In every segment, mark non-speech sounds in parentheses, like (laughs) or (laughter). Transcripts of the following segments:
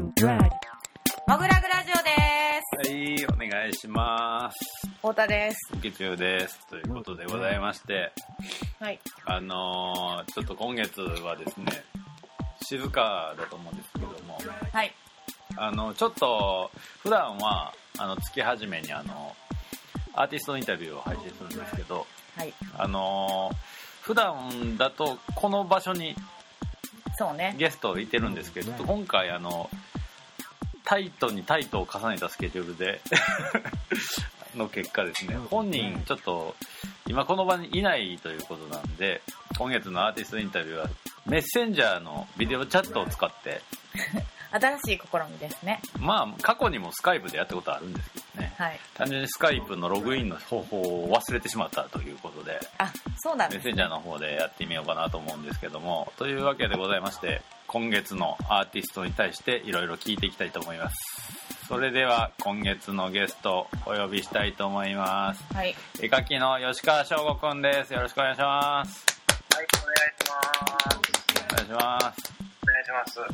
もぐらぐラジオです。はい、お願いします。太田です。月曜です。ということでございまして、はい。あのー、ちょっと今月はですね、静かだと思うんですけども、はい。あの、ちょっと、普段は、あの、月初めにあの、アーティストインタビューを配信するんですけど、はい。あのー、普段だとこの場所にそうね。ゲストいてるんですけど、今回あの、タイトにタイトを重ねたスケジュールで、 (laughs) の結果ですね、本人ちょっと、今この場にいないということなんで、今月のアーティストインタビューは、メッセンジャーのビデオチャットを使って、新しい試みですね。まあ、過去にもスカイプでやったことあるんですけどね、はい。単純にスカイプのログインの方法を忘れてしまったということで、あ、そうなんメッです。センジャーの方でやってみようかなと思うんですけどもというわけでございまして今月のアーティストに対していろいろ聞いていきたいと思いますそれでは今月のゲストお呼びしたいと思いますはい。絵描きの吉川翔吾くんですよろしくお願いしますはい、お願いします。お願いしますお願いしま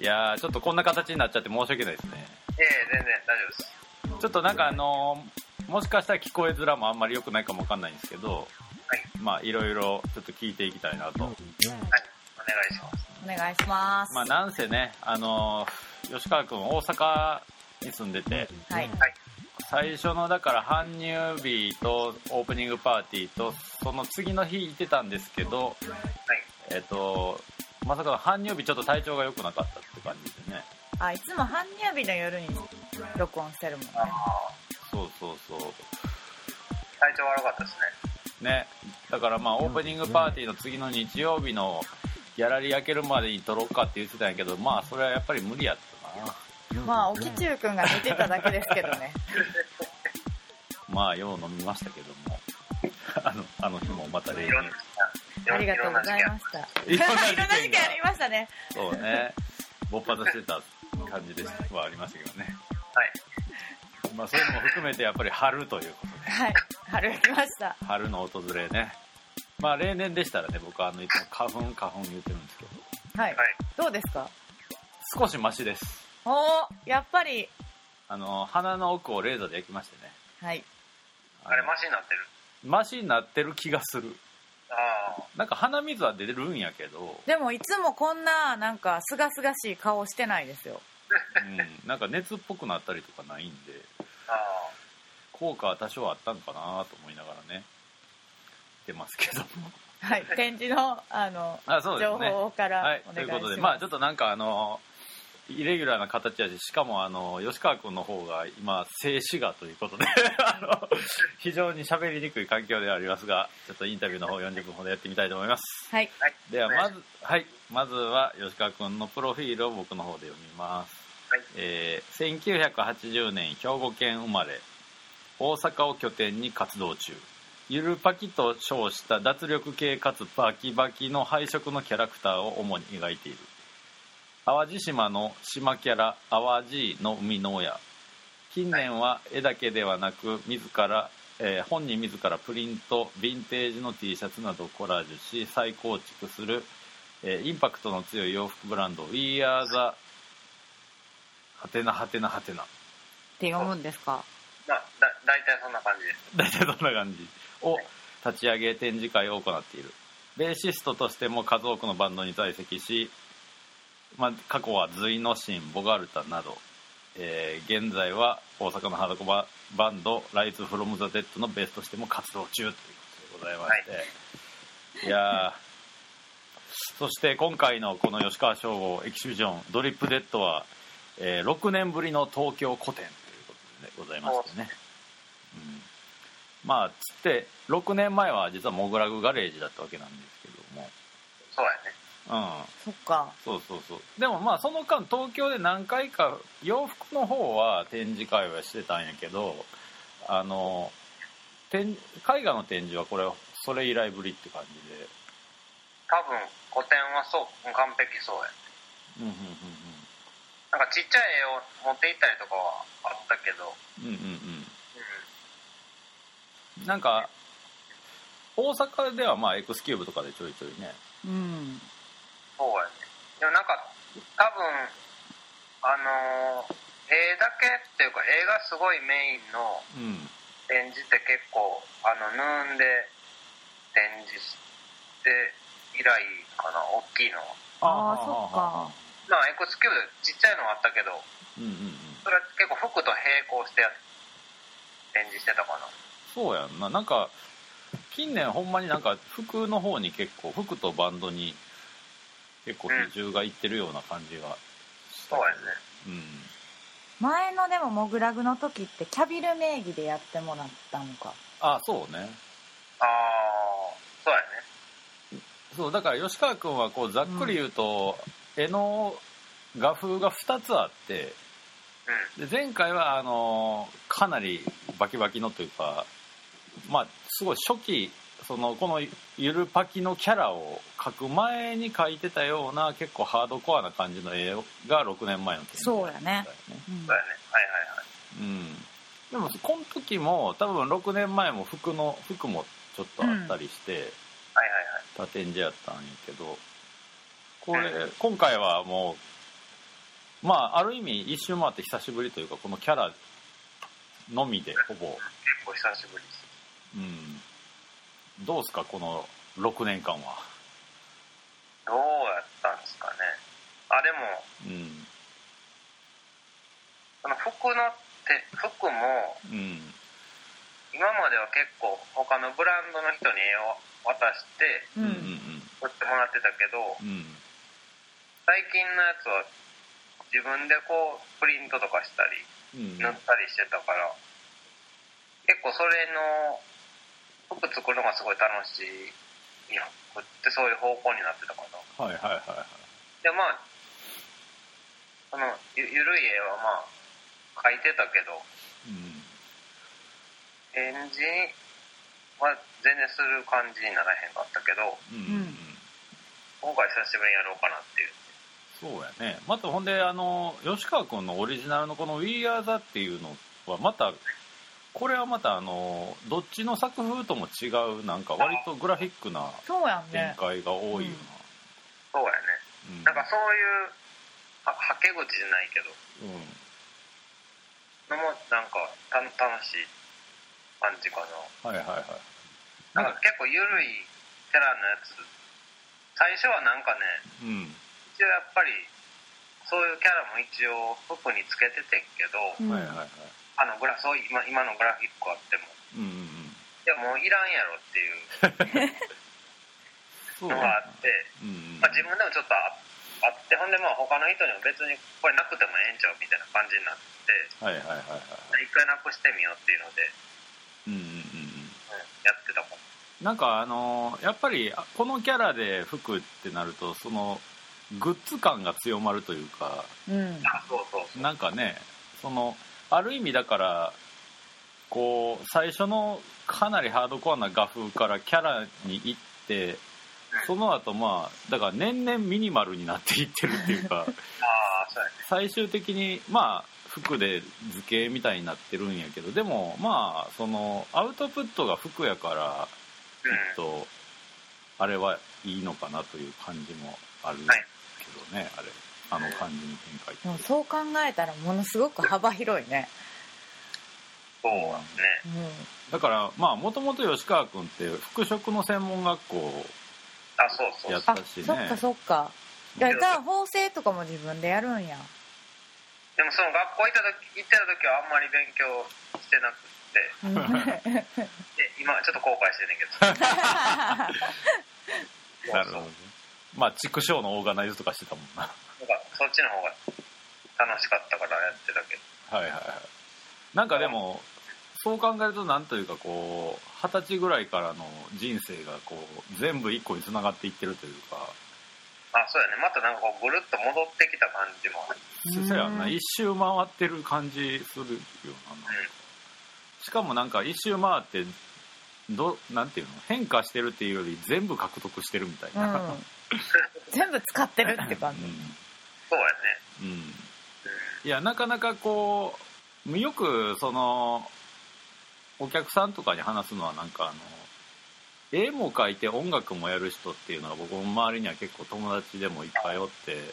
す。いやーちょっとこんな形になっちゃって申し訳ないですねええ全然大丈夫です。ちょっとなんかあのーもしかしたら聞こえづらもあんまり良くないかもわかんないんですけどはい、まあいろいろちょっと聞いていきたいなとはい、お願いします。お願いします。まあなんせね、あのー吉川君大阪に住んでて、はい。はい、最初のだから搬入日とオープニングパーティーと、その次の日行ってたんですけど、はい。えっ、と、まさかの搬入日ちょっと体調が良くなかったって感じでね。あ、いつも半日日の夜に録音してるもんね。ああ、そうそうそう。体調悪かったですね。ね。だからまあオープニングパーティーの次の日曜日のギャラリー開けるまでに撮ろうかって言ってたんやけど、まあそれはやっぱり無理やったな。まあ、おきちゅうくんが寝てただけですけどね。まあよう飲みましたけども。 (laughs) あの、あの日もまた例にいろんな事件、ありがとうございろんな事件ました。いろんな事件が (laughs) いろんな事件ありましたね。そうね。勃発してた感じでしたはありましたけどね。はい。まあ、そういうのも含めてやっぱり春というこはい。春来ました。と。春の訪れね。まあ、例年でしたらね、僕はあの、いつも花粉、花粉言ってるんですけど、はい。はい。どうですか少しマシです。おー、やっぱり。あの、鼻の奥をレーザーで焼きましてね。はい。あれ、マシになってる。マシになってる気がする。ああ、なんか鼻水は出てるんやけど、でも、いつもこんな、なんか、すがすがしい顔してないですよ。うん、なんか熱っぽくなったりとかないんで、ああ、効果は多少あったんかなと思いながらね、出ますけども。はい。展示の、あの、あ、そうです情ね。報からおとい願いうしまこす。とで、まあちょっとなんかあの、イレギュラーな形やし、しかもあの、吉川君の方が今、静止画ということで、 (laughs) あの、非常に喋りにくい環境ではありますが、ちょっとインタビューの方40分ほどやってみたいと思います。はい。はい。では、まず、はい、まずは吉川君のプロフィールを僕の方で読みます。はいえー1980年兵庫県生まれ、大阪を拠点に活動中。ゆるパキと称した脱力系かつバキバキの配色のキャラクターを主に描いている淡路島の島キャラ淡路の生みの親近年は絵だけではなく自ら、えー本人自らプリントヴィンテージの T シャツなどをコラージュし再構築する、えーインパクトの強い洋服ブランド We are the はてなはてなはてな (laughs) って読むんですかまあ、だ、大体そんな感じです。大体どんな感じを立ち上げ展示会を行っているベーシストとしても数多くのバンドに在籍し、まあ、過去は隋の神ボガルタなど、えー現在は大阪のハードコアバンドライズ・フロム・ザ・デッドのベースとしても活動中ということでございまして、い、やーそして今回のこの吉川翔吾エキシビジョン「ドリップ・デッドは」えー6年ぶりの東京個展ということでございましてね、うん、まあつって6年前は実はモグラグガレージだったわけなんですけどもそうやね。うんそっか。そうそうそうでもまあその間東京で何回か洋服の方は展示会はしてたんやけどあの展絵画の展示はこれそれ以来ぶりって感じで多分、古典はそう、完璧そうや。うんうんうんうんなんかちっちゃい絵を持って行ったりとかはあったけど、ううんうんん、うんなんか大阪ではまあ X キューブとかでちょいちょいねうんそうやね。でもなんか、多分、あのー絵だけっていうか、絵がすごいメインのうん展示って結構、あの、ヌーンで展示して以来かな、大きいのは。ああそーっかまあ、エクスキューブちっちゃいのはあったけど、うんうんうんそれは結構服と並行してや展示してたかな。そうやんななんか近年ほんまになんか服の方に結構服とバンドに結構比重がいってるような感じがしたそうやね。うん前のでもモグラグの時ってキャビル名義でやってもらったのかあそうねああ、そうやね。そうだから吉川君はこうざっくり言うと、絵の画風が2つあってうん。で前回はあのかなりバキバキのというかまあすごい初期そのこのゆるパキのキャラを描く前に描いてたような結構ハードコアな感じの絵が6年前の展示そうやねだったよねうんそうやね。はいはいはい。うんでもこの時も多分6年前も服の服もちょっとあったりして、はいはいは多い。展示やったんやけどこれう今回はもうまあある意味一周回って久しぶりというかこのキャラのみでほぼ、結構久しぶりです。うん、どうすかこの6年間は、どうやったんですかね。あ、でも、うんその服のって服もうん、今までは結構他のブランドの人に絵を渡してううんんうん売ってもらってたけどうんうん最近のやつは自分でこうプリントとかしたりうん塗ったりしてたから結構それの服作るのがすごい楽しい服ってそういう方向になってたかなはいはいはいはいでまあそのゆゆるい絵はまあ描いてたけどうん展示は全然する感じにならへんかったけどうんうんうん今回久しぶりにやろうかなっていうそうやねまたほんであの吉川君のオリジナルのこの「We Are the」っていうのはまたこれはまたあのどっちの作風とも違うなんか割とグラフィックなそうやん展ね開が多いよそうやねな、なんかそういうははけ口じゃないけどうん、うんのもなんかた楽しい感じかなはいはいはいなんか結構ゆるいキャラのやつ最初はなんかうねん一応やっぱりそういうキャラも一応服につけててんけどうんはいはいはいあのグラそう今今のグラフィックあってもうんうんうんいやもういらんやろっていうそうのやがあなって、うんうんまあ、自分でもちょっとああってほんでまあ他の人にも別にこれなくてもええんちゃうみたいな感じになってはいはいはいはい一回なくしてみようっていうので、うんうんうんうんうん、やってたもんなんかあのーやっぱりあこのキャラで服ってなるとそのグッズ感が強まるというかうんあそうそうそうなんかねそのある意味だからこう最初のかなりハードコアな画風からキャラに行ってその後まあだから年々ミニマルになっていってるっ (laughs) ていうかああそうやね最終的にまあ服で図形みたいになってるんやけどでもまあそのアウトプットが服やからうんきっとあれはいいのかなという感じもあるけはいどね、あれあの感じの展開ってでもそう考えたらものすごく幅広いねそうなんですねうだからまあもともと吉川君って服飾の専門学校あそうそうやそっうあたしねそっかそっかいやじゃあ縫製とかも自分でやる (laughs) んやでもその学校行った時行ってた時はあんまり勉強してなくってうんで今はちょっと後悔してんねんけ (laughs) ど (laughs) なるほどそうねまあ畜生のオーガナイズとかしてたもんなそうなんかそっちの方が楽しかったからやってたけ (laughs) どはいはいはいなんかでもそう考えるとなんというかこう二十歳ぐらいからの人生がこう全部一個に繋がっていってるというかあそうやねまたなんかこうぐるっと戻ってきた感じもあるそそやんなうん一周回ってる感じするよななんかしかもなんか一周回ってどなんていうの変化してるっていうより全部獲得してるみた (laughs) いな、うん全部使ってるって感じうそうやねんうんいやなかなかこうよくそのお客さんとかに話すのはなんかあの絵も描いて音楽もやる人っていうのが僕の周りには結構友達でもいっぱいおってはいはい。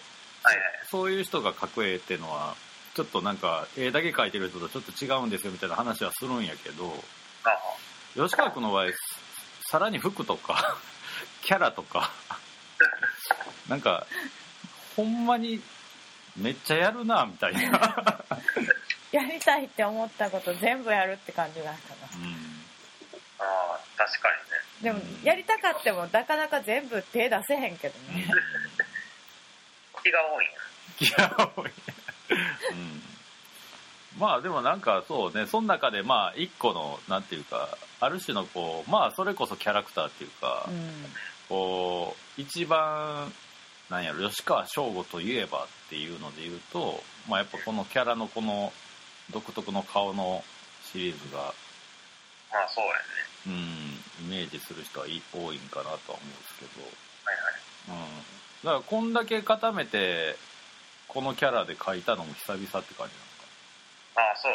そういう人が描く絵っていうのはちょっとなんか絵だけ描いてる人とちょっと違うんですよみたいな話はするんやけどああ吉川君の場合さらに服とか (laughs) キャラとかなんかほんまにめっちゃやるなみたいな。やりたいって思ったこと全部やるって感じだったなうん (laughs) ああ、確かにでね。もやりたかってもなかなか全部手出せへんけどね気が多いんや。いや、多いねうん、まあでもなんかそうねその中でまあ一個のなんていうかある種のこうまあそれこそキャラクターっていうか、うこう一番なんやろ吉川省吾といえばっていうので言うと、まあ、やっぱこのキャラのこの独特の顔のシリーズが、まあそうやね。うん、イメージする人はい多いんかなとは思うんですけど。はいはい。うんだからこんだけ固めてこのキャラで描いたのも久々って感じああ、そう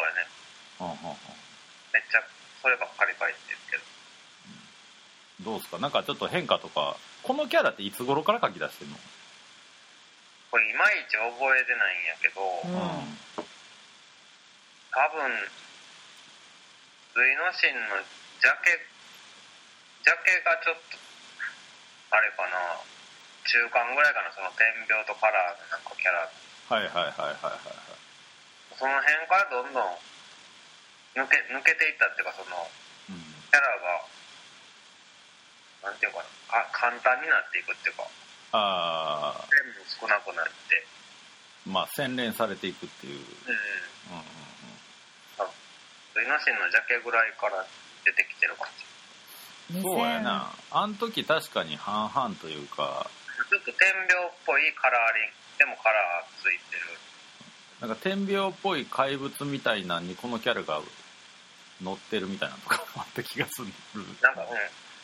やね。なのか、うんうんうんめっちゃ、そればっかり書いてるけど。どうですかなんかちょっと変化とかこのキャラっていつ頃から描き出してんのこれいまいち覚えてないんやけうんど、多分、隋の神のジャケ、ジャケがちょっと、あれかな、中間ぐらいかな、その天描とカラーのなんかキャラ、はいはいはいはいはいはいその辺からどんどん抜け、抜けていったっていうか、その、うんキャラが、なんていうかな、か簡単になっていくっていうか、あ全部少なくなって、あまあ洗練されていくっていう、うんうんうん。うん、隋の神のジャケぐらいから出てきてる感じ。んそうやなあの時確かに半々というかちょっと天描っぽいカラーリングでもカラーついてなるんか天描っぽい怪物みたいなのにこのキャラが乗ってるみたいなのとかもあった気がするなんか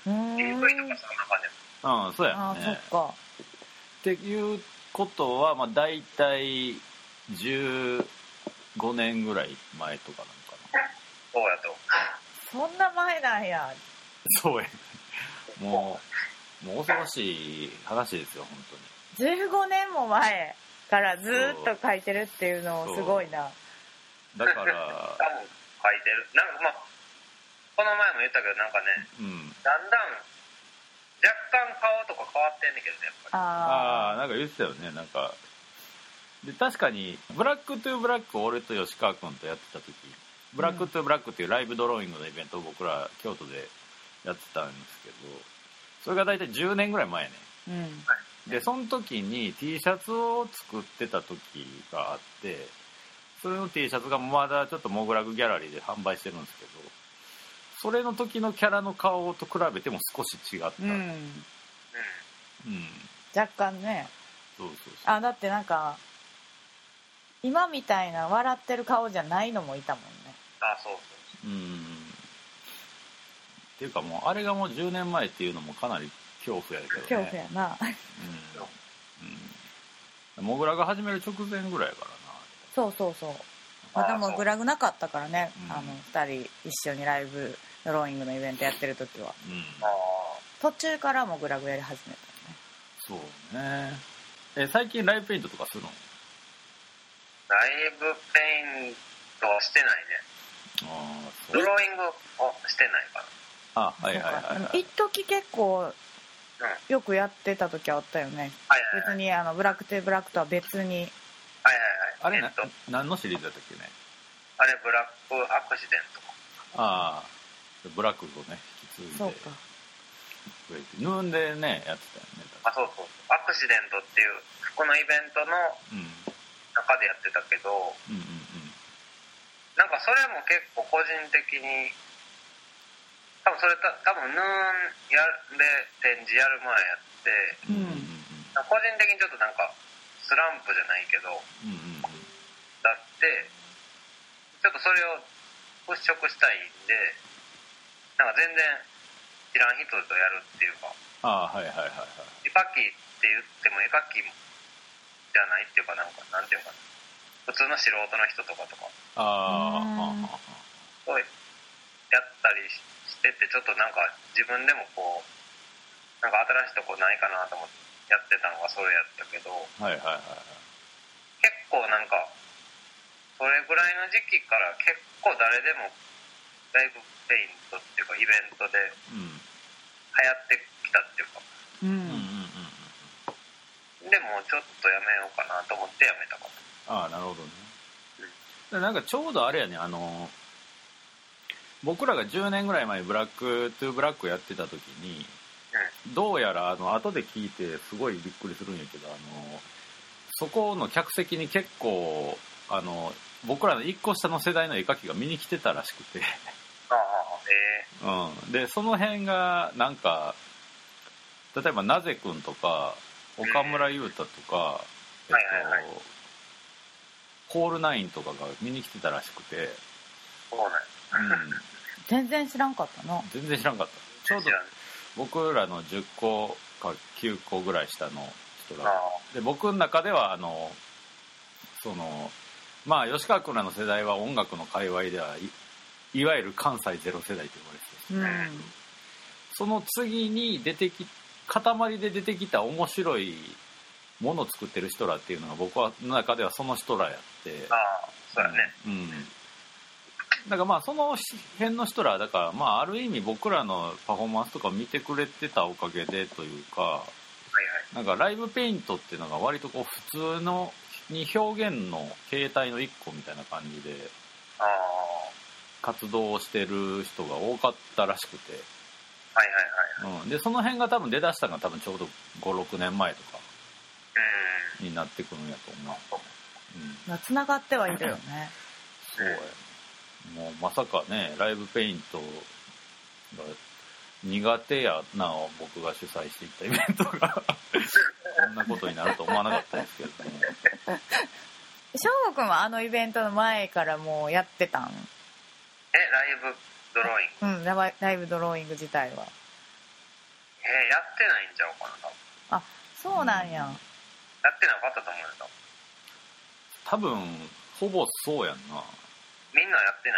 うんう AV んとかその中でうんそうやねああそっかっていうことは、まあ、大体15年ぐらい前とかなのかなそうやとそんな前なんやそうやもうもう恐ろしい話ですよ本15年も前からずーっと書いてるっていうのすごいな当にだから多分書いてるなんかまあこの前も言ったけどなんかねうんだんだん若干顔とか変わってんねんけどねやっぱりあああなんか言ってたよねなんかで確かに「ブラック・トゥ・ブラック」俺と吉川君とやってた時「ブラック・トゥ・ブラック」っていうライブドローイングのイベントを僕ら京都でやってたんですけどそれが大体10年ぐらい前ねあうんでその時に T シャツを作ってた時があってそれの T シャツがまだちょっとモグラグギャラリーで販売してるんですけどそれの時のキャラの顔と比べても少し違った、ううんんそ若干ねうそうそうあだってなんか今みたいな笑ってる顔じゃないのもいたもんねあそうそううんっていうかもうあれがもう10年前っていうのもかなり恐怖やけどね恐怖やなうん、うん、モグラが始める直前ぐらいからそうそうそうまだもうグラグなかったからねうあんの2人一緒にライブドローイングのイベントやってる時はなうんああ途中からもグラグやり始めたよねそうねえ最近ライブペイントとかするのライブペイントはしてないねああドローイングをしてないかあはいはいそうかはいでもはい一時結構なうんよくやってた時あったよねはいはいはい別にあのブラックトゥブラックとは別にはいあはいはいれえなっと何のシリーズだったっけねあれブラックアクシデントああブラックをね引き継いでそうかくれてヌーンでねやってたよねあそうそうアクシデントっていうこのイベントのうん中でやってたけどうんうんなんかそれも結構個人的に多分それた多分ヌーンやるで展示やる前やってうんうんうんうん個人的にちょっとなんかスランプじゃないけどうんうんだってちょっとそれを払拭したいんでなんか全然知らん人とやるっていうかああはいはいはいはい絵描きって言っても絵描きじゃないっていうかなんかなんていうかな普通の素人の人とかとかあうんーはあはあはをやったりししててちょっとなんか自分でもこうなんか新しいとこないかなと思ってやってたのがそれやったけどあはいはいはい結構なんかそれぐらいの時期から結構誰でもライブペイントっていうかイベントでう流行ってきたっていうかうんんうんうんうんうんでもちょっとやめようかなと思ってやめたかもああなるほどねでなんかちょうどあれやねあの僕らが10年ぐらい前ブラックトゥーブラックやってた時にどうやらあの後で聞いてすごいびっくりするんやけどあのそこの客席に結構あの僕らの1個下の世代の絵描きが見に来てたらしくてああええうん、でその辺がなんか例えばなぜくんとか岡村優太とか、えっとはいはいはいホールナインとかが見に来てたらしくて、そうなんやう、全然知らんかったなん全然知らんかったちょうど知らん僕らの10個か9個ぐらい下の人あがで僕の中ではあのそのまあ吉川君らの世代は音楽の界隈ではいいわゆる関西ゼロ世代と呼ばれてるうんその次に出てき塊で出てきた面白いものを作ってる人らっていうのが僕はの中ではその人らやってあああそうやねうんだからまあその辺の人らはだからまあある意味僕らのパフォーマンスとかを見てくれてたおかげでというかはいはいなんかライブペイントっていうのが割とこう普通のに表現の形態の一個みたいな感じでああ活動をしてる人が多かったらしくてはいはいはいうん、でその辺が多分出だしたのが多分ちょうど56年前とかうになってくるんやと思う、うん、つながってはいるよねそうやもうまさかねライブペイントが苦手やな僕が主催していたイベントがこんなことになると思わなかったですけどね翔吾くんはあのイベントの前からもうやってたんんえライブドローイングうんラバライブドローイング自体はえやってないんちゃうかな多分そうなんややってなかったと思うよ多分多分ほぼそうやんなみんなやって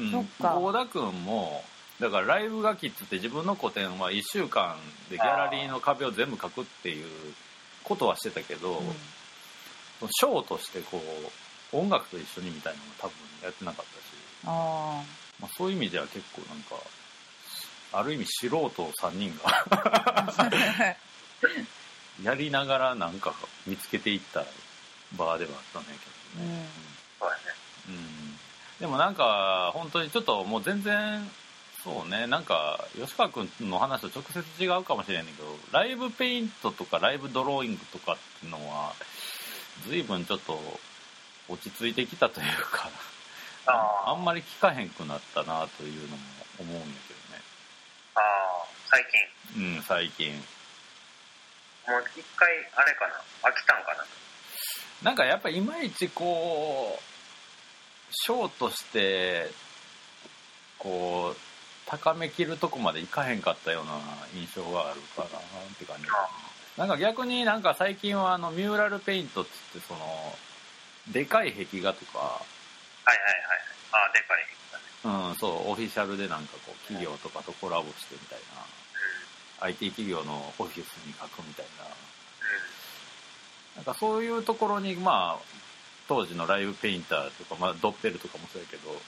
ないんちゃううんそっか郷田君もだからライブがきっつって自分の個展は1週間でギャラリーの壁を全部描くっていうことはしてたけど、うんそのショーとしてこう音楽と一緒にみたいなのも多分やってなかったし、あまあ、そういう意味では結構なんかある意味素人3人があ (laughs) やりながらなんか見つけていったバーではあったんだけうどね、んそうやねうんでもなんか本当にちょっともう全然そうねなんか吉川君の話と直接違うかもしれんねんけどライブペイントとかライブドローイングとかっていうのは随分ちょっと落ち着いてきたというか。あああんまり聞かへんくなったなというのも思うんやああ最近けどね。うん、最近。もう一回あれかな飽きたんかななんかやっぱいまいちこう、ショーとして、こう、高めきるとこまでいかへんかったような印象があるかなって感じ。なんか逆になんか最近はあのミューラルペイントって言ってその、でかい壁画とか、はいはいはいはいああでかいうん、そう、オフィシャルでなんかこう、企業とかとコラボしてみたいな、IT 企業のオフィスに書くみたいな、なんかそういうところに、まあ、当時のライブペインターとか、まあ、ドッペルとかもそうやけど、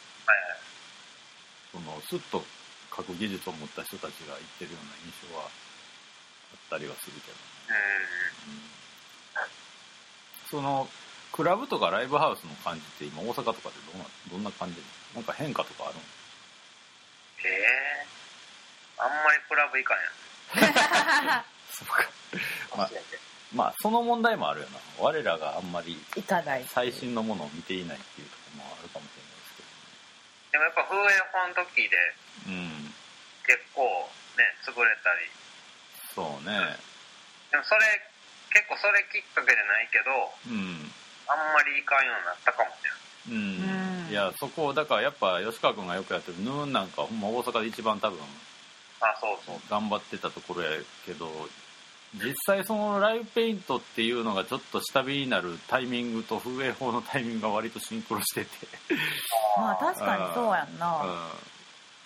その、スッと書く技術を持った人たちが言ってるような印象はあったりはするけど、うんはいはいうんその、クラブとかライブハウスの感じって今大阪とかでどんな、どんな感じなんか変化とかあるのうんええあんまりクラブ行かへんそうか (laughs) まあ忘れてまあ、その問題もあるよな。我らがあんまりいかない最新のものを見ていないっていうところもあるかもしでもやっぱ風営法の時れでないです結構ね潰れたりけど。うん。そうね。でもそれ結構それきっかけじゃないけどうん。あんまり行かんようになったかもしれないうん、うんいやそこをだからやっぱ吉川君がよくやってるヌーンなんかほんま大阪で一番多分あそうそう頑張ってたところやけど実際そのライブペイントっていうのがちょっと下火になるタイミングと風営法のタイミングが割とシンクロしてて、まあ確かにそうやんな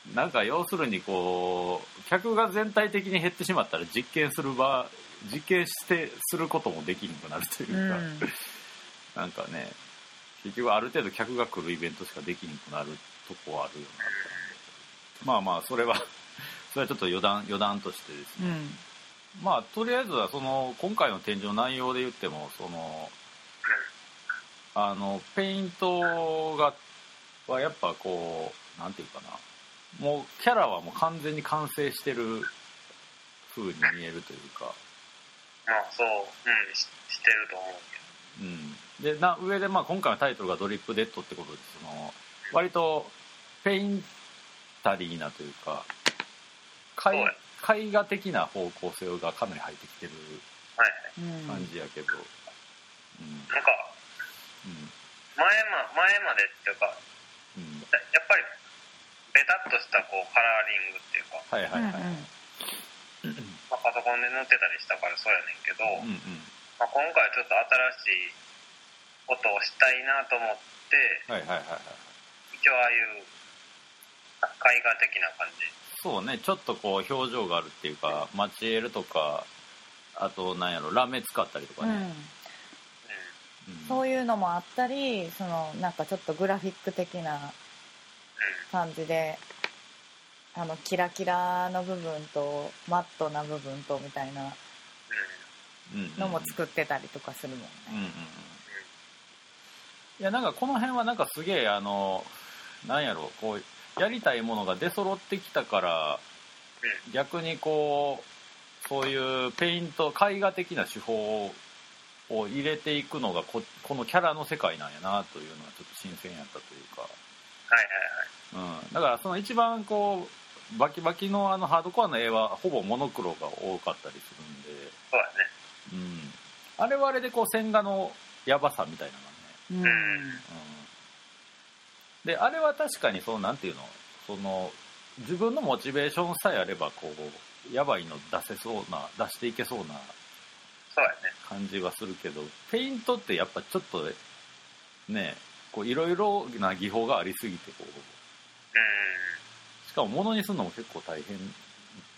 うん、なんか要するにこう客が全体的に減ってしまったら実験する場実験してすることもできなくなるといううか、んなんかね結局ある程度客が来るイベントしかできなくなるとこはあるよなってまあまあそれは (laughs) それはちょっと余談余談としてですねうんまあとりあえずはその今回の展示の内容で言ってもそのあのペイントがはやっぱこうなんていうかなもうキャラはもう完全に完成してる風に見えるというか、まあそう、うん、ししてると思うけうん、でな上でまあ今回のタイトルが「ドリップデッド」ってことでその割とペインタリーなというか絵そうや絵画的な方向性がかなり入ってきてるど。はい。うん感じやけど、うんなんか、前ま、前までっていうか、うんうん、ややっぱり、ベタっとしたこうカラーリングっていうか、はいはいはい、まあ、パソコンで塗ってたりしたからそうやねんけど、うんうん、まあ、今回はちょっと新しいことをしたいなと思って、はいはいはいはい一応ああいう絵画的な感じ。そうねちょっとこう表情があるっていうかマチエルとかあとなんやろラメ使ったりとかうんうね、んう。うんそういうのもあったりそのなんかちょっとグラフィック的なんうん。感じであのキラキラの部分とマットな部分とみたいなううんうんうんのも作ってたりとかするもんね、うんうんうんいやなんかこの辺はなんかすげえあのなんやろこうやりたいものが出揃ってきたから逆にこうそういうペイント絵画的な手法を入れていくのがここのキャラの世界なんやなというのはちょっと新鮮やったというか。はいはいはい。うん、だからその一番こうバキバキのあのハードコアの絵はほぼモノクロが多かったりすそうだね。るんで、うん、あれはあれでこう線画のやばさみたいなのうんがね、うん、であれは確かにそのなんていうのその自分のモチベーションさえあればこうやばいの出せそうな出していけそうなそうやね。感じはするけどペイントってやっぱちょっとねこういろいろな技法がありすぎてこううん。しかも物にするのも結構大変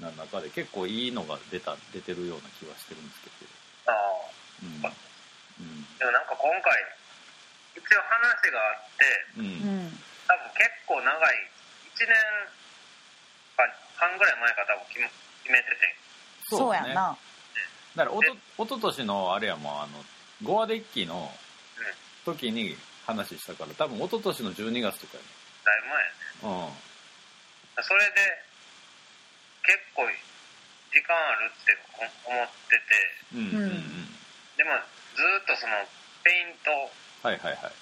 な中で結構いいのが出た出てるような気はしてるんですけああ。どでもなんか今回、一応話があって、うんうんううんん多分結構長い、1年か半ぐらい前から多分決め決めてて。そうやねなだからおとおととしのあれやもうあのゴアデッキの時に話したから多分おととしの12月とかだいぶ前やね。やねそれで、結構時間あるって思ってうて、んうんうんうんうんでもずーっとそのペイントはいはいはい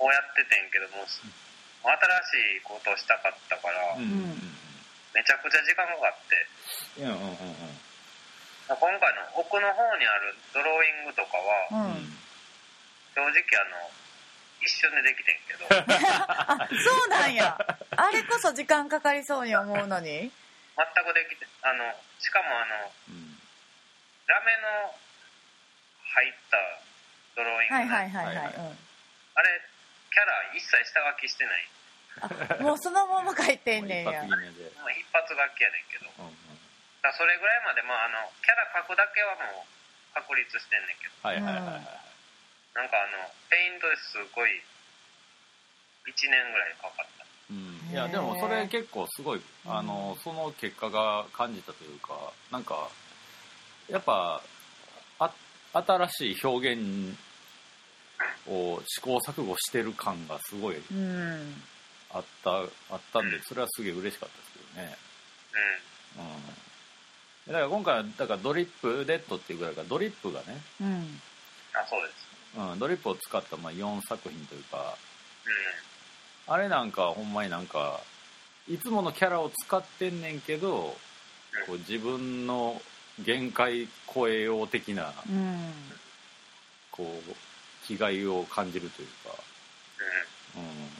をやっててんけども、新しいことをしたかったから、うんめうんうんちゃくちゃ時間がかかって、うんうんうん今回の奥の方にあるドローイングとかうは、ん、うん正直あの、一瞬でできてん (laughs) けど、全あそうなんやあれこそ時間かかりそうに思うのにくできて、あの、しかもあの、うんラメの入ったドローイング、はいはいはいは、はいいはいあれ、キャラ一切下書きしてない。うん、 (laughs) もうそのまま書いてんもうねん一や発決めでまあ、一発書きやねんけど、だうんうんからそれぐらいまで、まああの、キャラ書くだけはもう確立してんねんけど、はいはいはいはいなんかあの、ペイントですごい、1年ぐらいかかった。うんいやでもそれ結構すごいあのその結果が感じたというかなんかやっぱあ新しい表現を試行錯誤してる感がすごいうんあったあったんでそれはすげえ嬉しかったですけどね、うん。うん、だから今回はだからドリップデッドっていうぐらいからドリップがね、うんあ、そうです。うん、ドリップを使ったまあ4作品というかうん。あれなんかほんまになんかいつものキャラを使ってんねんけどこう自分の限界超えよう的なうんこう気概を感じるというか、うん、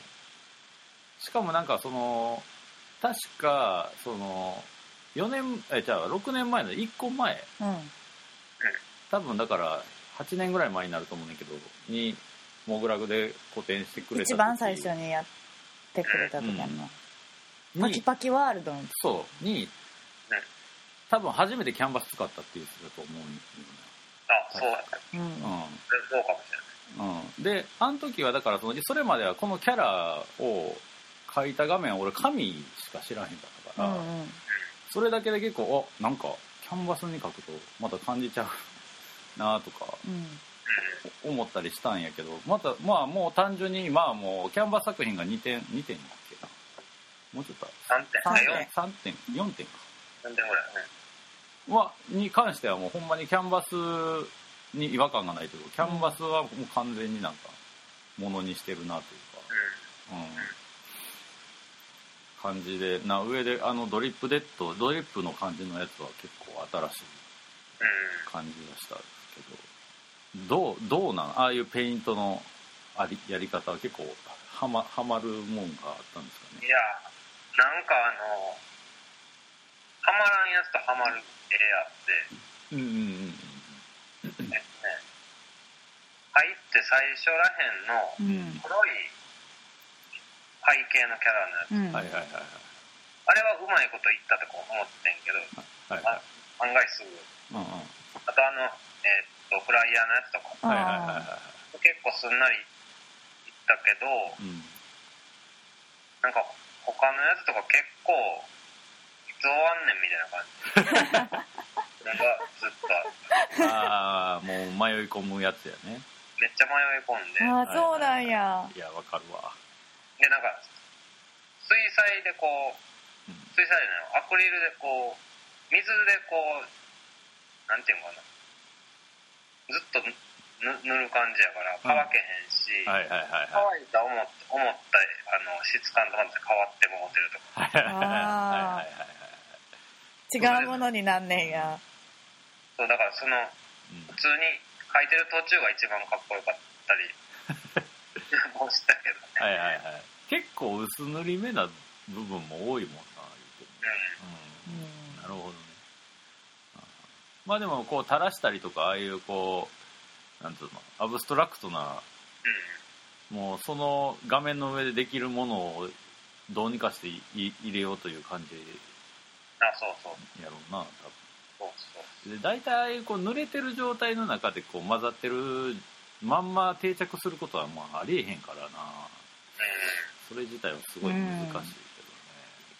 しかもなんかその確かその4年えじゃあ6年前の1個前うん多分だから8年ぐらい前になると思うねんだけどにモグラグで個展してくれた時一番最初にやってくれた時あの、にパキパキワールドのそうに多分初めてキャンバス使ったっていう人だと思あ、そうだった。うん、う、うんそうかもしれない。うん、であの時はだからそのそれまではこのキャラを描いた画面を俺神しか知らへんかったうから、んうんそれだけで結構あなんかキャンバスに描くとまた感じちゃうなとかうん思ったりしたんやけどまたまあもう単純にまあもうキャンバス作品が2点2点だっけなもうちょっと3点、三あ点4 3点4点か点ぐらいね。はに関してはもうほんまにキャンバスに違和感がないというかキャンバスはもう完全になんかものにしてるなというか。ううん感じでな上であのドリップデッドドリップの感じのやつは結構新しん。い感じがしたけどどうどうなんああいうペイントのありやり方は結構はまはまるもんがあったんですかうん。ねいや、なんかあの、ハマらんやつとハマる絵うやって、んうんえっとね、入って最初らへんうんのん黒い背景のキャラのやつ。うんうんはいはいはいはいあれはうまいこと言ったとか思ってんけど、はいはい案外すぐ。うんうんあとあの、えーっと、フライヤーのやつとか、はいはいはいあは結構すんなりいったけど、いうんなんか他のやつとか結構、いつ終わんねんみたいな感じ。なんかずっと、ああもう迷い込むやつやねめっちゃ迷い込んでー、あーそうなんやいやわかるわで、なんか、水彩でこう、うん水彩じゃないアクリルでこう、水でこう、なんていうのかな、ずっとぬ塗る感じやから乾けへんし、はいはいはい乾はいいた思っ思ったあの質感とかって変わってもうてるとかはいはいはいはいは違ういものになんねんやそうだからそのうん普通に書いてる途中が一番かっこよかったり (laughs) もうしたけどね、はいはいはい結構薄塗り目な部分も多いもんな言うてうもううんんなるほどねあーまあでもこう垂らしたりとかああいうこうなんつうのアブストラクトなんうんもうその画面の上でできるものをどうにかしていい入れようという感じあそうそうやろうなそうそ多う分で大体ああいうこう濡れてる状態の中でこう混ざってるまんま定着することはまあありえへんからなうそれ自体はすごい難しいけどね、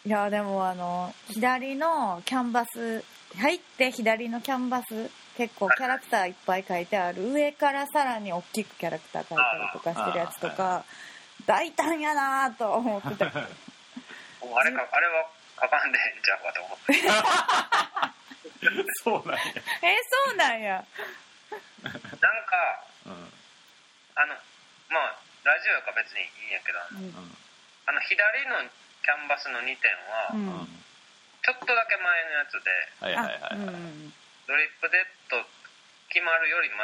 いやでもあの左のキャンバス入って左のキャンバス結構キャラクターいっぱい書いてある上からさらに大きくキャラクター書いたりとかしてるやつとか大胆やなぁと思ってたんもうあれかあれは書かんでへんちゃうかと思って (laughs) そうなんや。えそうなんやなんかうん。うん。あのまあラジオやから別にいいんやけどあのうんあの左のキャンバスの2点うはんうんちょっとだけ前のやつではいはいはいあうはい。んうんドリップデッド決まるより前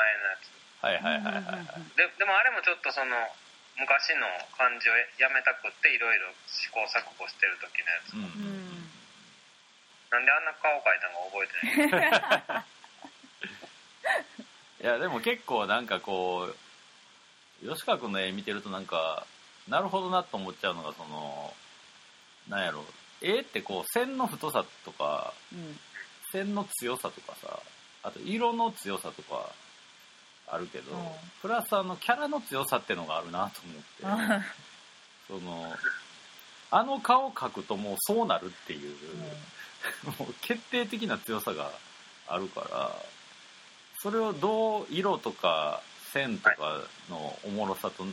はのやついうんはいはいはいはい。ででもあれもちょっとその昔の感じをやめたくっていろいろ試行錯誤してる時のやつうん。うんうんなんであんな顔描いたのか覚えてないいや、でも結構なんかこう、吉川君の絵見てるとなんか、なるほどなと思っちゃうのが、その、なんやろ、絵ってこう、線の太さとか、うん線の強さとかさ、あと色の強さとか、あるけど、うんプラスあのキャラの強さってのがあるなと思って。あそのあの顔描くともうそうなるっていう、もう決定的な強さがあるからそれをどう色とか線とかのおもろさと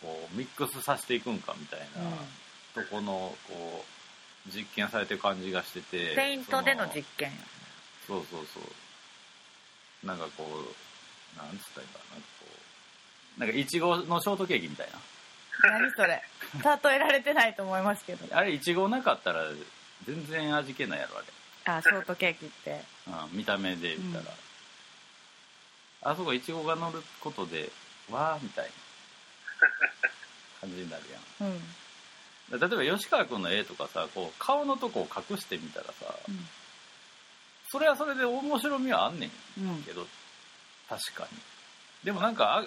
こうミックスさせていくんかみたいうんなとこのこう実験されてる感じがしててペイントでのそ実験そうそうそうなんかこうなんつったらいいかななんかこうなんかいちごのショートケーキみたいな何それ例えられてないと思いますけどあれいちごなかったら全然味気ないやろあれあショートケーキってうん、見た目で見たら、うんあそこいちごが乗ることでわーみたいな感じになるやうんんだ例えば吉川君の絵とかさこう顔のとこを隠してみたらさそれはそれで面白みはあんねんうんけど確かにでもなんかあ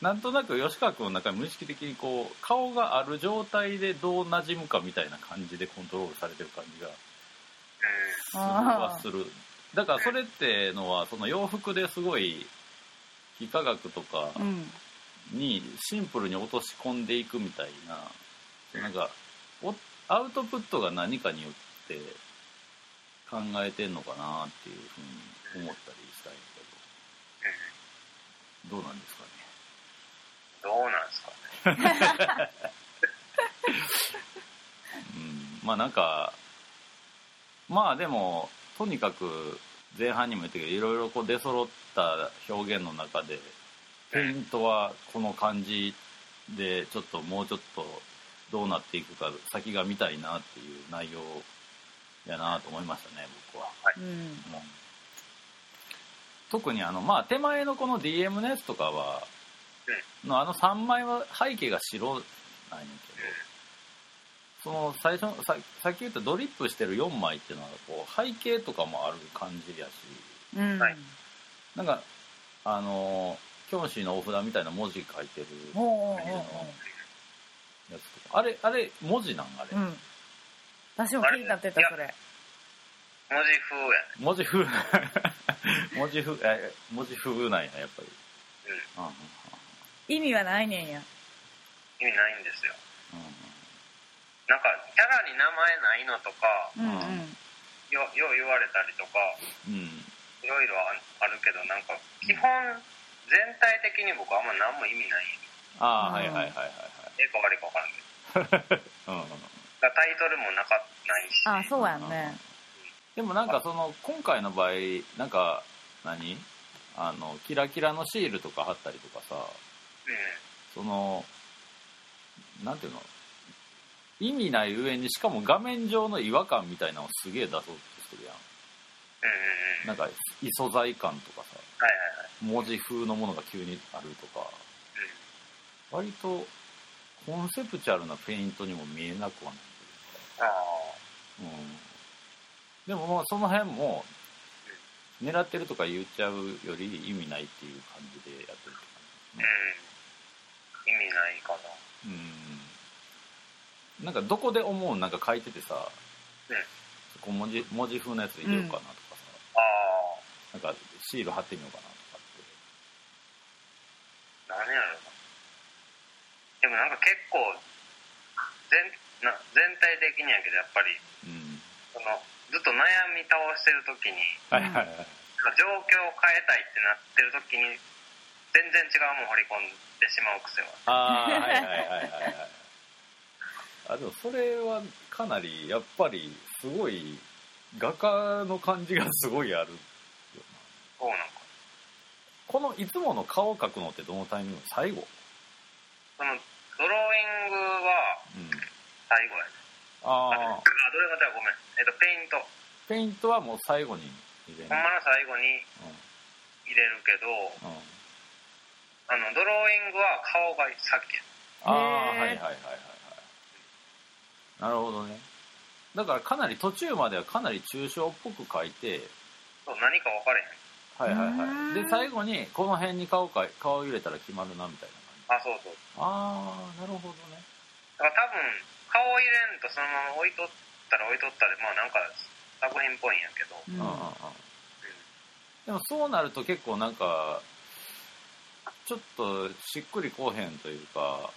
なんとなく吉川君の中に無意識的にこう顔がある状態でどう馴染むかみたいな感じでコントロールされてる感じがうするはするだからそれってのはその洋服ですごい幾何学とかうんにシンプルに落とし込んでいくみたいななんかおアウトプットが何かによって考えてんのかなっていうふうに思ったりしたいんだけどどうなんですかねどうなんですかね。うんまあなんかまあでもとにかく前半にも言ったけどいろいろこう出揃った表現の中でペイントはこの感じでちょっともうちょっとどうなっていくか先が見たいなっていう内容やなと思いましたね僕は。うんうん特にあのまあ手前のこの DM のやつとかはのあの3枚は背景が白なんやけどその最初のささっき言ったドリップしてる4枚っていうのはこう背景とかもある感じやしうんはいなんかあのキョンシーのお札みたいな文字書いてるおうおうおうやつとかあれあれ文字なんあれおううん私も聞いたってたそれ文字風やね。文字風 (laughs) 文字風え文字風なんややっぱりうんうん意味はないねんや意味ないんですよ。うんうんなんか、キャラに名前ないのとか、うんうんよ、よう言われたりとか、うんいろいろあるけど、なんか、基本、全体的に僕あんま何も意味ない。ああ、うんはいはいはいはいええか悪いか分からんけど。はい、うん、だからタイトルもなか、ないし。あそうやんねでもなんかその今回の場合なんか何あのキラキラのシールとか貼ったりとかさうそのなんていうの意味ない上にしかも画面上の違和感みたいなのをすげえ出そうとするやんん。うんうんうん。なんか異素材感とかさはいはいはい。文字風のものが急にあるとか割とコンセプチュアルなペイントにも見えなくはないうん。ああ。うんでももうその辺も狙ってるとか言っちゃうより意味ないっていう感じでやってるってうん。意味ないかな。感じうんなんかどこで思うなんか書いててさ、うんそこ文字文字風のやつ入れようかなとかあさ、なんかシール貼ってみようかなとかってあ、なんやろな。でもなんか結構、全、な全体的にやけど、やっぱり、うんその、ずっと悩み倒してる時に、はいはいはい状況を変えたいってなってる時に、全然違うもん掘り込んでしまう癖は。ああはいはいはいはいはいあでもそれはかなりやっぱりすごい画家の感じがすごいあるよなそうなんか。このいつもの顔を描くのってどのタイミング最後、その、ドローイうん、ングは最後やね。あああ、どれもじゃあごめん。えっと、ペイント。ペイントはもう最後に入れほんる、まの最後に入れるけうんど、うん、あの、ドローイングは顔がさっきやああはへーいはいはいはいはいなるほどねだからかなり途中まではかなり抽象っぽく描いてそう、何か分かれへん。はいはいうはいーんで最後にこの辺に顔か顔入れたら決まるなみたいな感じあ、そうそう。ああなるほどねだから多分、顔入れんとそのまま置いとったら置いとったで、まあなんか作品っぽいんやけど、ううんんうんうんでもそうなると結構なんかちょっとしっくりこうへんというか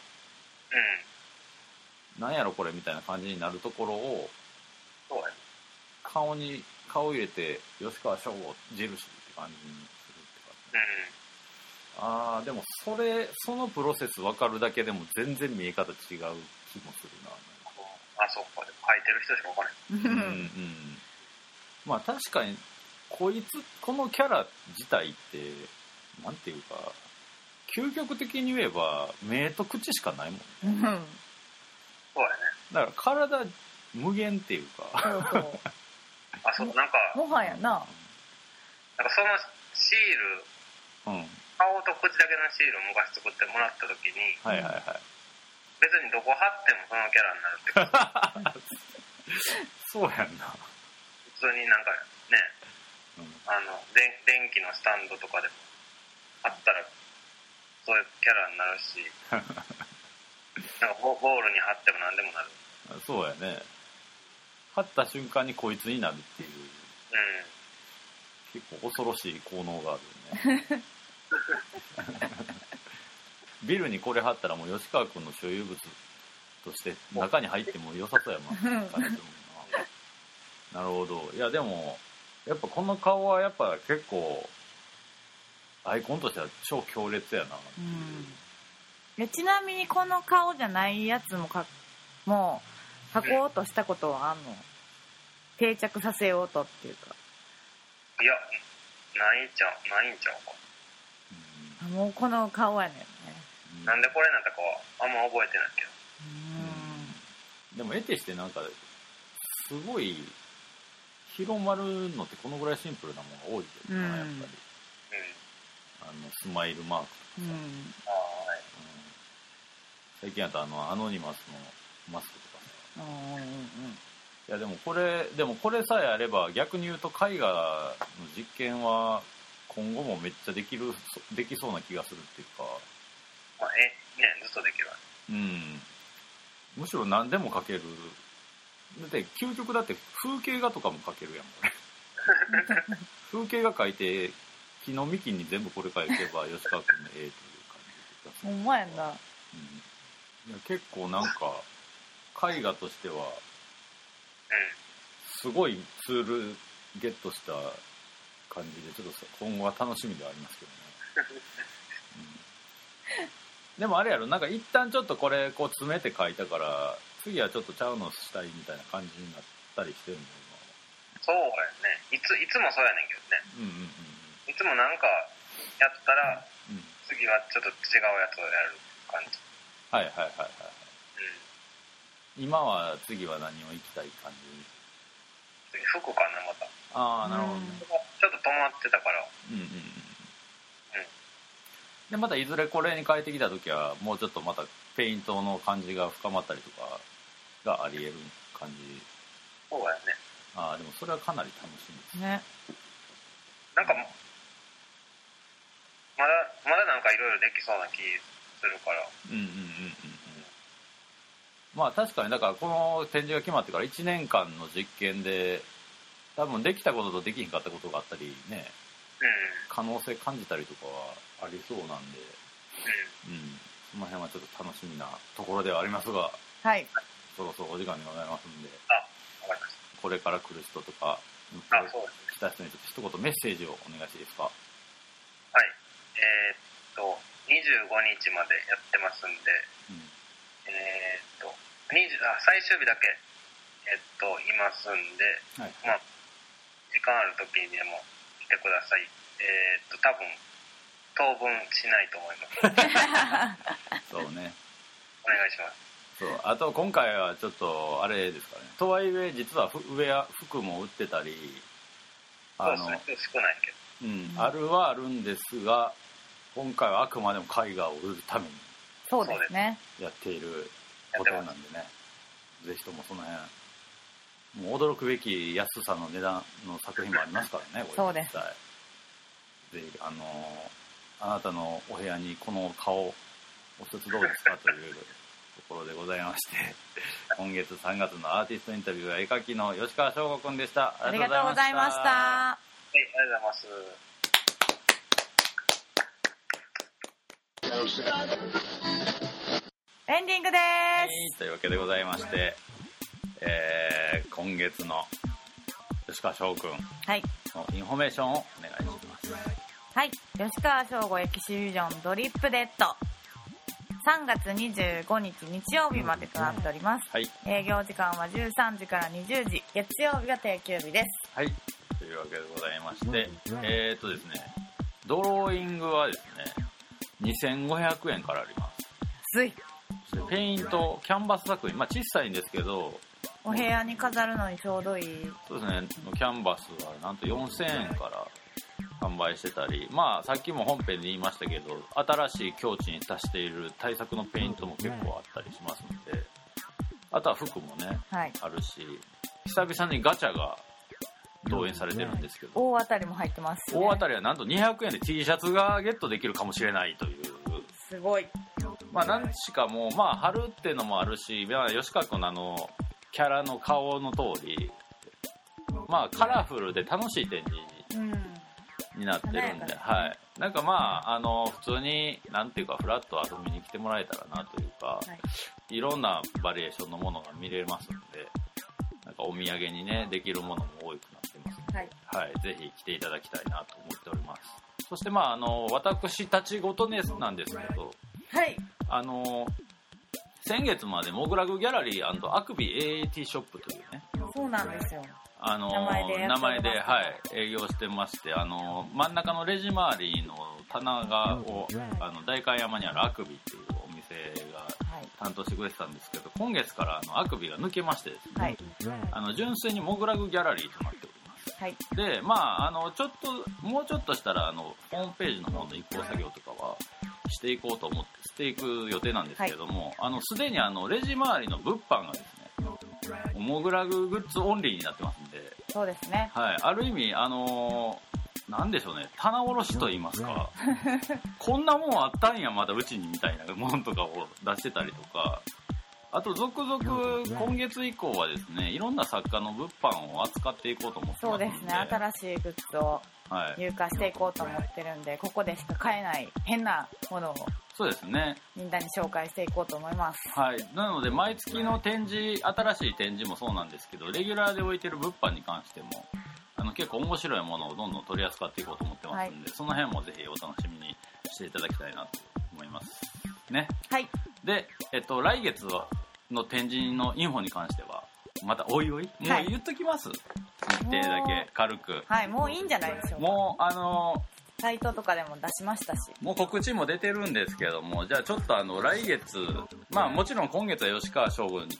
うん、なんやろこれみたいな感じになるところをそうやね。顔に顔入れて吉川省吾印って感じにするって感じうん。ああでもそれそのプロセス分かるだけでも全然見え方違う気もするあ、そっか、でも書いてる人しか分からへん。うな、うんんまあ確かにこいつこのキャラ自体ってなんていうか究極的に言えば目と口しかないもうんんそうやね。だから体無限っていうかそうそあ、そう、なんか、うもはやななんかそのシール、うんはい顔と口だけのシールを昔作ってもらった時に、はいはい別にどこ貼ってもそのキャラになるっていうか、そうやんな普通になんかね、うんあの、電電気のスタンドとかでもキャラになるしなんかボボールに貼っても何でもなるそうやね貼った瞬間にこいつになるっていううん結構恐ろしい効能があ (laughs) るよねビルにこれ貼ったらもう吉川君の所有物として中に入っても良さそうやもんなるほどいやでもやっぱこの顔はやっぱ結構アイコンとしては超強烈やなっていううん、ちなみにこの顔じゃないやつもかもう書こうとしたことはあんの定着させようとっていうかいやないんちゃうないんちゃうかあもうこの顔やねんねうんなんでこれなんだかはあんま覚えてないけでども得てしてなんかすごい広まるのってこのぐらいシンプルなものが多いけどな、うんやっぱりうんあのスマイルマークうん、うんああはい最近やったあのアノニマスのマスクとかさうんうんいやでもこれでもこれさえあれば逆に言うと絵画の実験は今後もめっちゃできるそできそうな気がするっていうかまあえねずっとできるわうんむしろ何でも描けるだって究極だって風景画とかも描けるやんこ (laughs) れ風景画描いて木の幹に全部これ描いてば吉川君の絵という感じがすほるんまやんなうんいや結構なんか絵画としてはすごいツールゲットした感じでちょっと今後は楽しみではありますけどね、うんでもあれやろなんか一旦ちょっとこれこう詰めて書いたから次はちょっとちゃうのしたいみたいな感じになったりしてるのそうやねいついつもそうやねんけどね今うんうんうんいつもなんかやったらうんうん次はちょっと違うやつをやる感じはいはいはいはいはいうん今は次は何を行きたい感じ次服かなまたああなるほどね、うんちょっと止まってたからうんうんうんでまたいずれこれに変えてきた時はもうちょっとまたペイントの感じが深まったりとかがありえる感じそうやねああでもそれはかなり楽しみですねなんかもまだまだなんかいろいろできそうな気するからうんうんうんうんうんまあ確かにだからこの展示が決まってから1年間の実験で多分できたこととできひんかったことがあったりねうん可能性感じたりとかはありそうなんでううんその辺はちょっと楽しみなところではありますがはいそろそろお時間でございますんでんわかりましこれから来る人とか、たあそうです来たね人にちょっと一言メッセージをお願いしていいですか。はいえー、っと25日までやってますんでうんえー、っと20あ最終日だけえっといますんではい。時間ある時にでも来てくださいえー、っと多分当分しないと (laughs) そう思いますね。お願いしますそう。あと、今回はちょっと、あれですかね。とはいえ、実はふウェア、服も売ってたり、そうあの、ですね少ないけどうん、あるはあるんですが、今回はあくまでも絵画を売るためにそうですねやっていることなんでね。ぜひともその辺、もう驚くべき安さの値段の作品もありますからね、こ (laughs) れそうですす。ぜひ、あのーあなたのお部屋にこの顔、お一つどうですかというところでございまして、 (laughs) 今月3月のアーティストインタビューは絵描きの吉川翔吾くんでした。ありがとうございましたはい、ありがとうございます。エンディングではすい、というわけでございまして、えー今月の吉川翔くんはいのインフォメーションをお願いします。はい。吉川省吾エキシビジョンドリップデッド。3月25日日曜日までとなっております。はい。営業時間は13時から20時。月曜日が定休日です。はい。というわけでございまして、えー、っとですね、ドローイングはですね、2500円からあります。つい。そしてペイント、キャンバス作品、まあ小さいんですけど、お部屋に飾るのにちょうどいい。そうですね、キャンバスはなんと4000円から販売してたり、まあさっきも本編で言いましたけど、新しい境地に達している対策のペイントも結構あったりしますので、あとは服もね、はい。あるし、久々にガチャが動員されてるんですけど、大当たりも入ってます、大当たりはなんと200円で T シャツがゲットできるかもしれないというすごい。まあ何しかもう、まあ、春ってのもあるし、まあ、吉川君のあのキャラの顔の通り、まあ、カラフルで楽しい展示うん。になってるん華やかで、ではい、なんかまああの普通になんていうかフラッと遊びに来てもらえたらなというか、、はいろんなバリエーションのものが見れますのでなんかお土産にねできるものも多くなってますはい。はい、ぜひ来ていただきたいなと思っております。そして、まあ、あの、私たちごとね、なんですけど、はい。あの、先月までモグラグギャラリーアクビ AAT ショップというね、そうなんですよ。あの、名前でやっております名前ではい、営業してまして、あの、真ん中のレジ周りの棚が、を、あの、代官山にあるアクビっていうお店がはい。担当してくれてたんですけど、今月からあの、アクビが抜けましてですね、はい。あの、純粋にモグラグギャラリーとなっております。はい。で、まあ、あの、ちょっと、もうちょっとしたら、あの、ホームページの方の移行作業とかは、していこうと思って、していく予定なんですけれども、あの、すでにあの、レジ周りの物販がですね、モグラググッズオンリーになってますんで、そうですね。はい、ある意味、あのーなんでしょうね、棚卸しと言いますか、こんなもんあったんや、まだうちにみたいなもんとかを出してたりとか、あと、続々、今月以降はですね、いろんな作家の物販を扱っていこうと思ってそまうすのでで、すね。新しいグッズをはい、入荷していこうと思ってるんで、ここでしか買えない変なものをそうですね。みんなに紹介していこうと思います。はい。なので、毎月の展示、新しい展示もそうなんですけど、レギュラーで置いてる物販に関しても、あの、結構面白いものをどんどん取り扱っていこうと思ってますんで、その辺もぜひお楽しみにしていただきたいなと思います。ね。はい。で、えっと、来月の展示のインフォに関しては、またおいおい、もはうい言っときます。日程だけ、軽く。はい。もういいんじゃないでしょうか。もう、あのサイトとかでも出しましたし。もう告知も出てるんですけども、じゃあちょっとあの、来月、まあもちろん今月は吉川将軍に、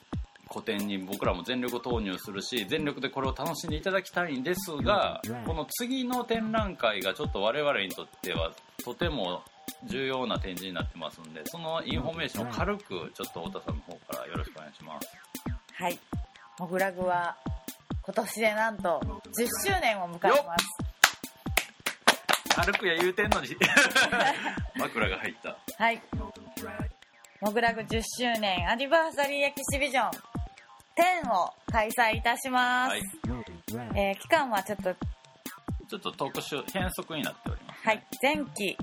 個展に僕らも全力投入するし、全力でこれを楽しんでいただきたいんですが、この次の展覧会がちょっと我々にとってはとても重要な展示になってますんで、そのインフォメーションを軽く、ちょっと太田さんの方からよろしくお願いします。はい。モグラグは今年でなんと10周年を迎えます。軽くや言うてんのに、枕が入った。はい。モグラグ10周年アニバーサリーエキシビジョン10を開催いたします。はい。えー期間はちょっと、ちょっと特殊、変則になっております。はい、前期、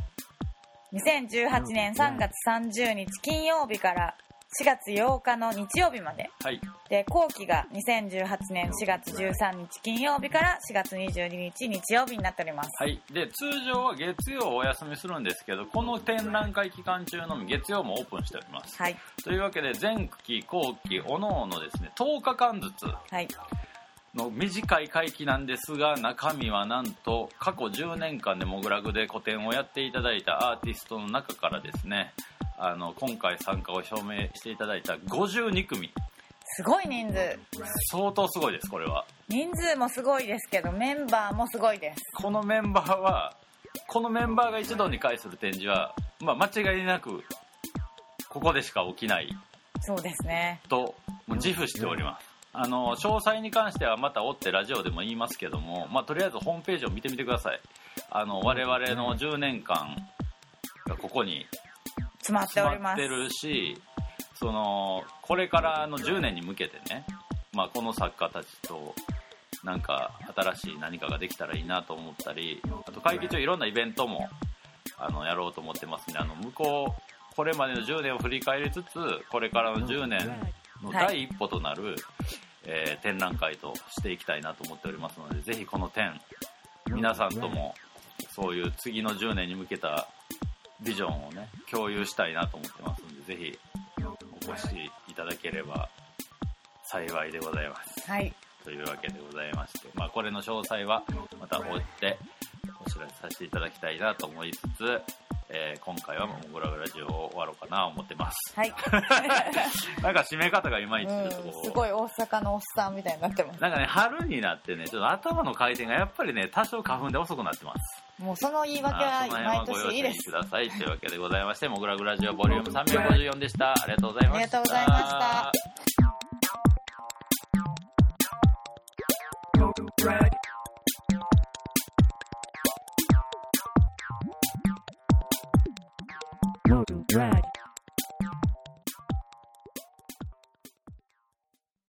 2018年3月30日金曜日から4月8日の日曜日まで。はい。で、後期が2018年4月13日金曜日から4月22日日曜日になっております。はい、で通常は月曜お休みするんですけどこの展覧会期間中のみ月曜もオープンしておりますはい、というわけで前期後期おのおのですね10日間ずつはい、の短い会期なんですが中身はなんと過去10年間でモグラグで個展をやっていただいたアーティストの中からですねあの今回参加を表明していただいた52組すごい人数。相当すごいですこれは人数もすごいですけど、メンバーもすごいです。このメンバーはこのメンバーが一度に会する展示は、まあ、間違いなくここでしか起きないそうですね。ともう自負しておりますあの詳細に関してはまた追ってラジオでも言いますけども、まあ、とりあえずホームページを見てみてくださいあの我々の10年間がここに詰まって詰おりままっすて。るしそのこれからの10年に向けてね、まあ、この作家たちとなんか新しい何かができたらいいなと思ったりあと会議中いろんなイベントもあのやろうと思ってますねあの向こうこれまでの10年を振り返りつつこれからの10年の第一歩となる、えー展覧会としていきたいなと思っておりますのでぜひこの点皆さんともそういう次の10年に向けたビジョンをね共有したいなと思ってますのでぜひお越しいただければ幸いでございますはい。というわけでございまして、まあ、これの詳細はまた追ってお知らせさせていただきたいなと思いつつ、えー今回はもうグラグラジオを終わろうかな思っ (laughs) てます (laughs) はい。なんか締め方がいまいちちょっとうん、すこごい大阪のおっさんみたいになってまうなんかね春になってねちょっと頭の回転がやっぱりね多少花粉で遅くなってますす。もうその言い訳まあはその辺は毎ご容年いい赦でにすく。ださいというわけでございまして、もぐらぐラジオボリューム354でした。ありがとうございました。ありがとうございましたよ to drag.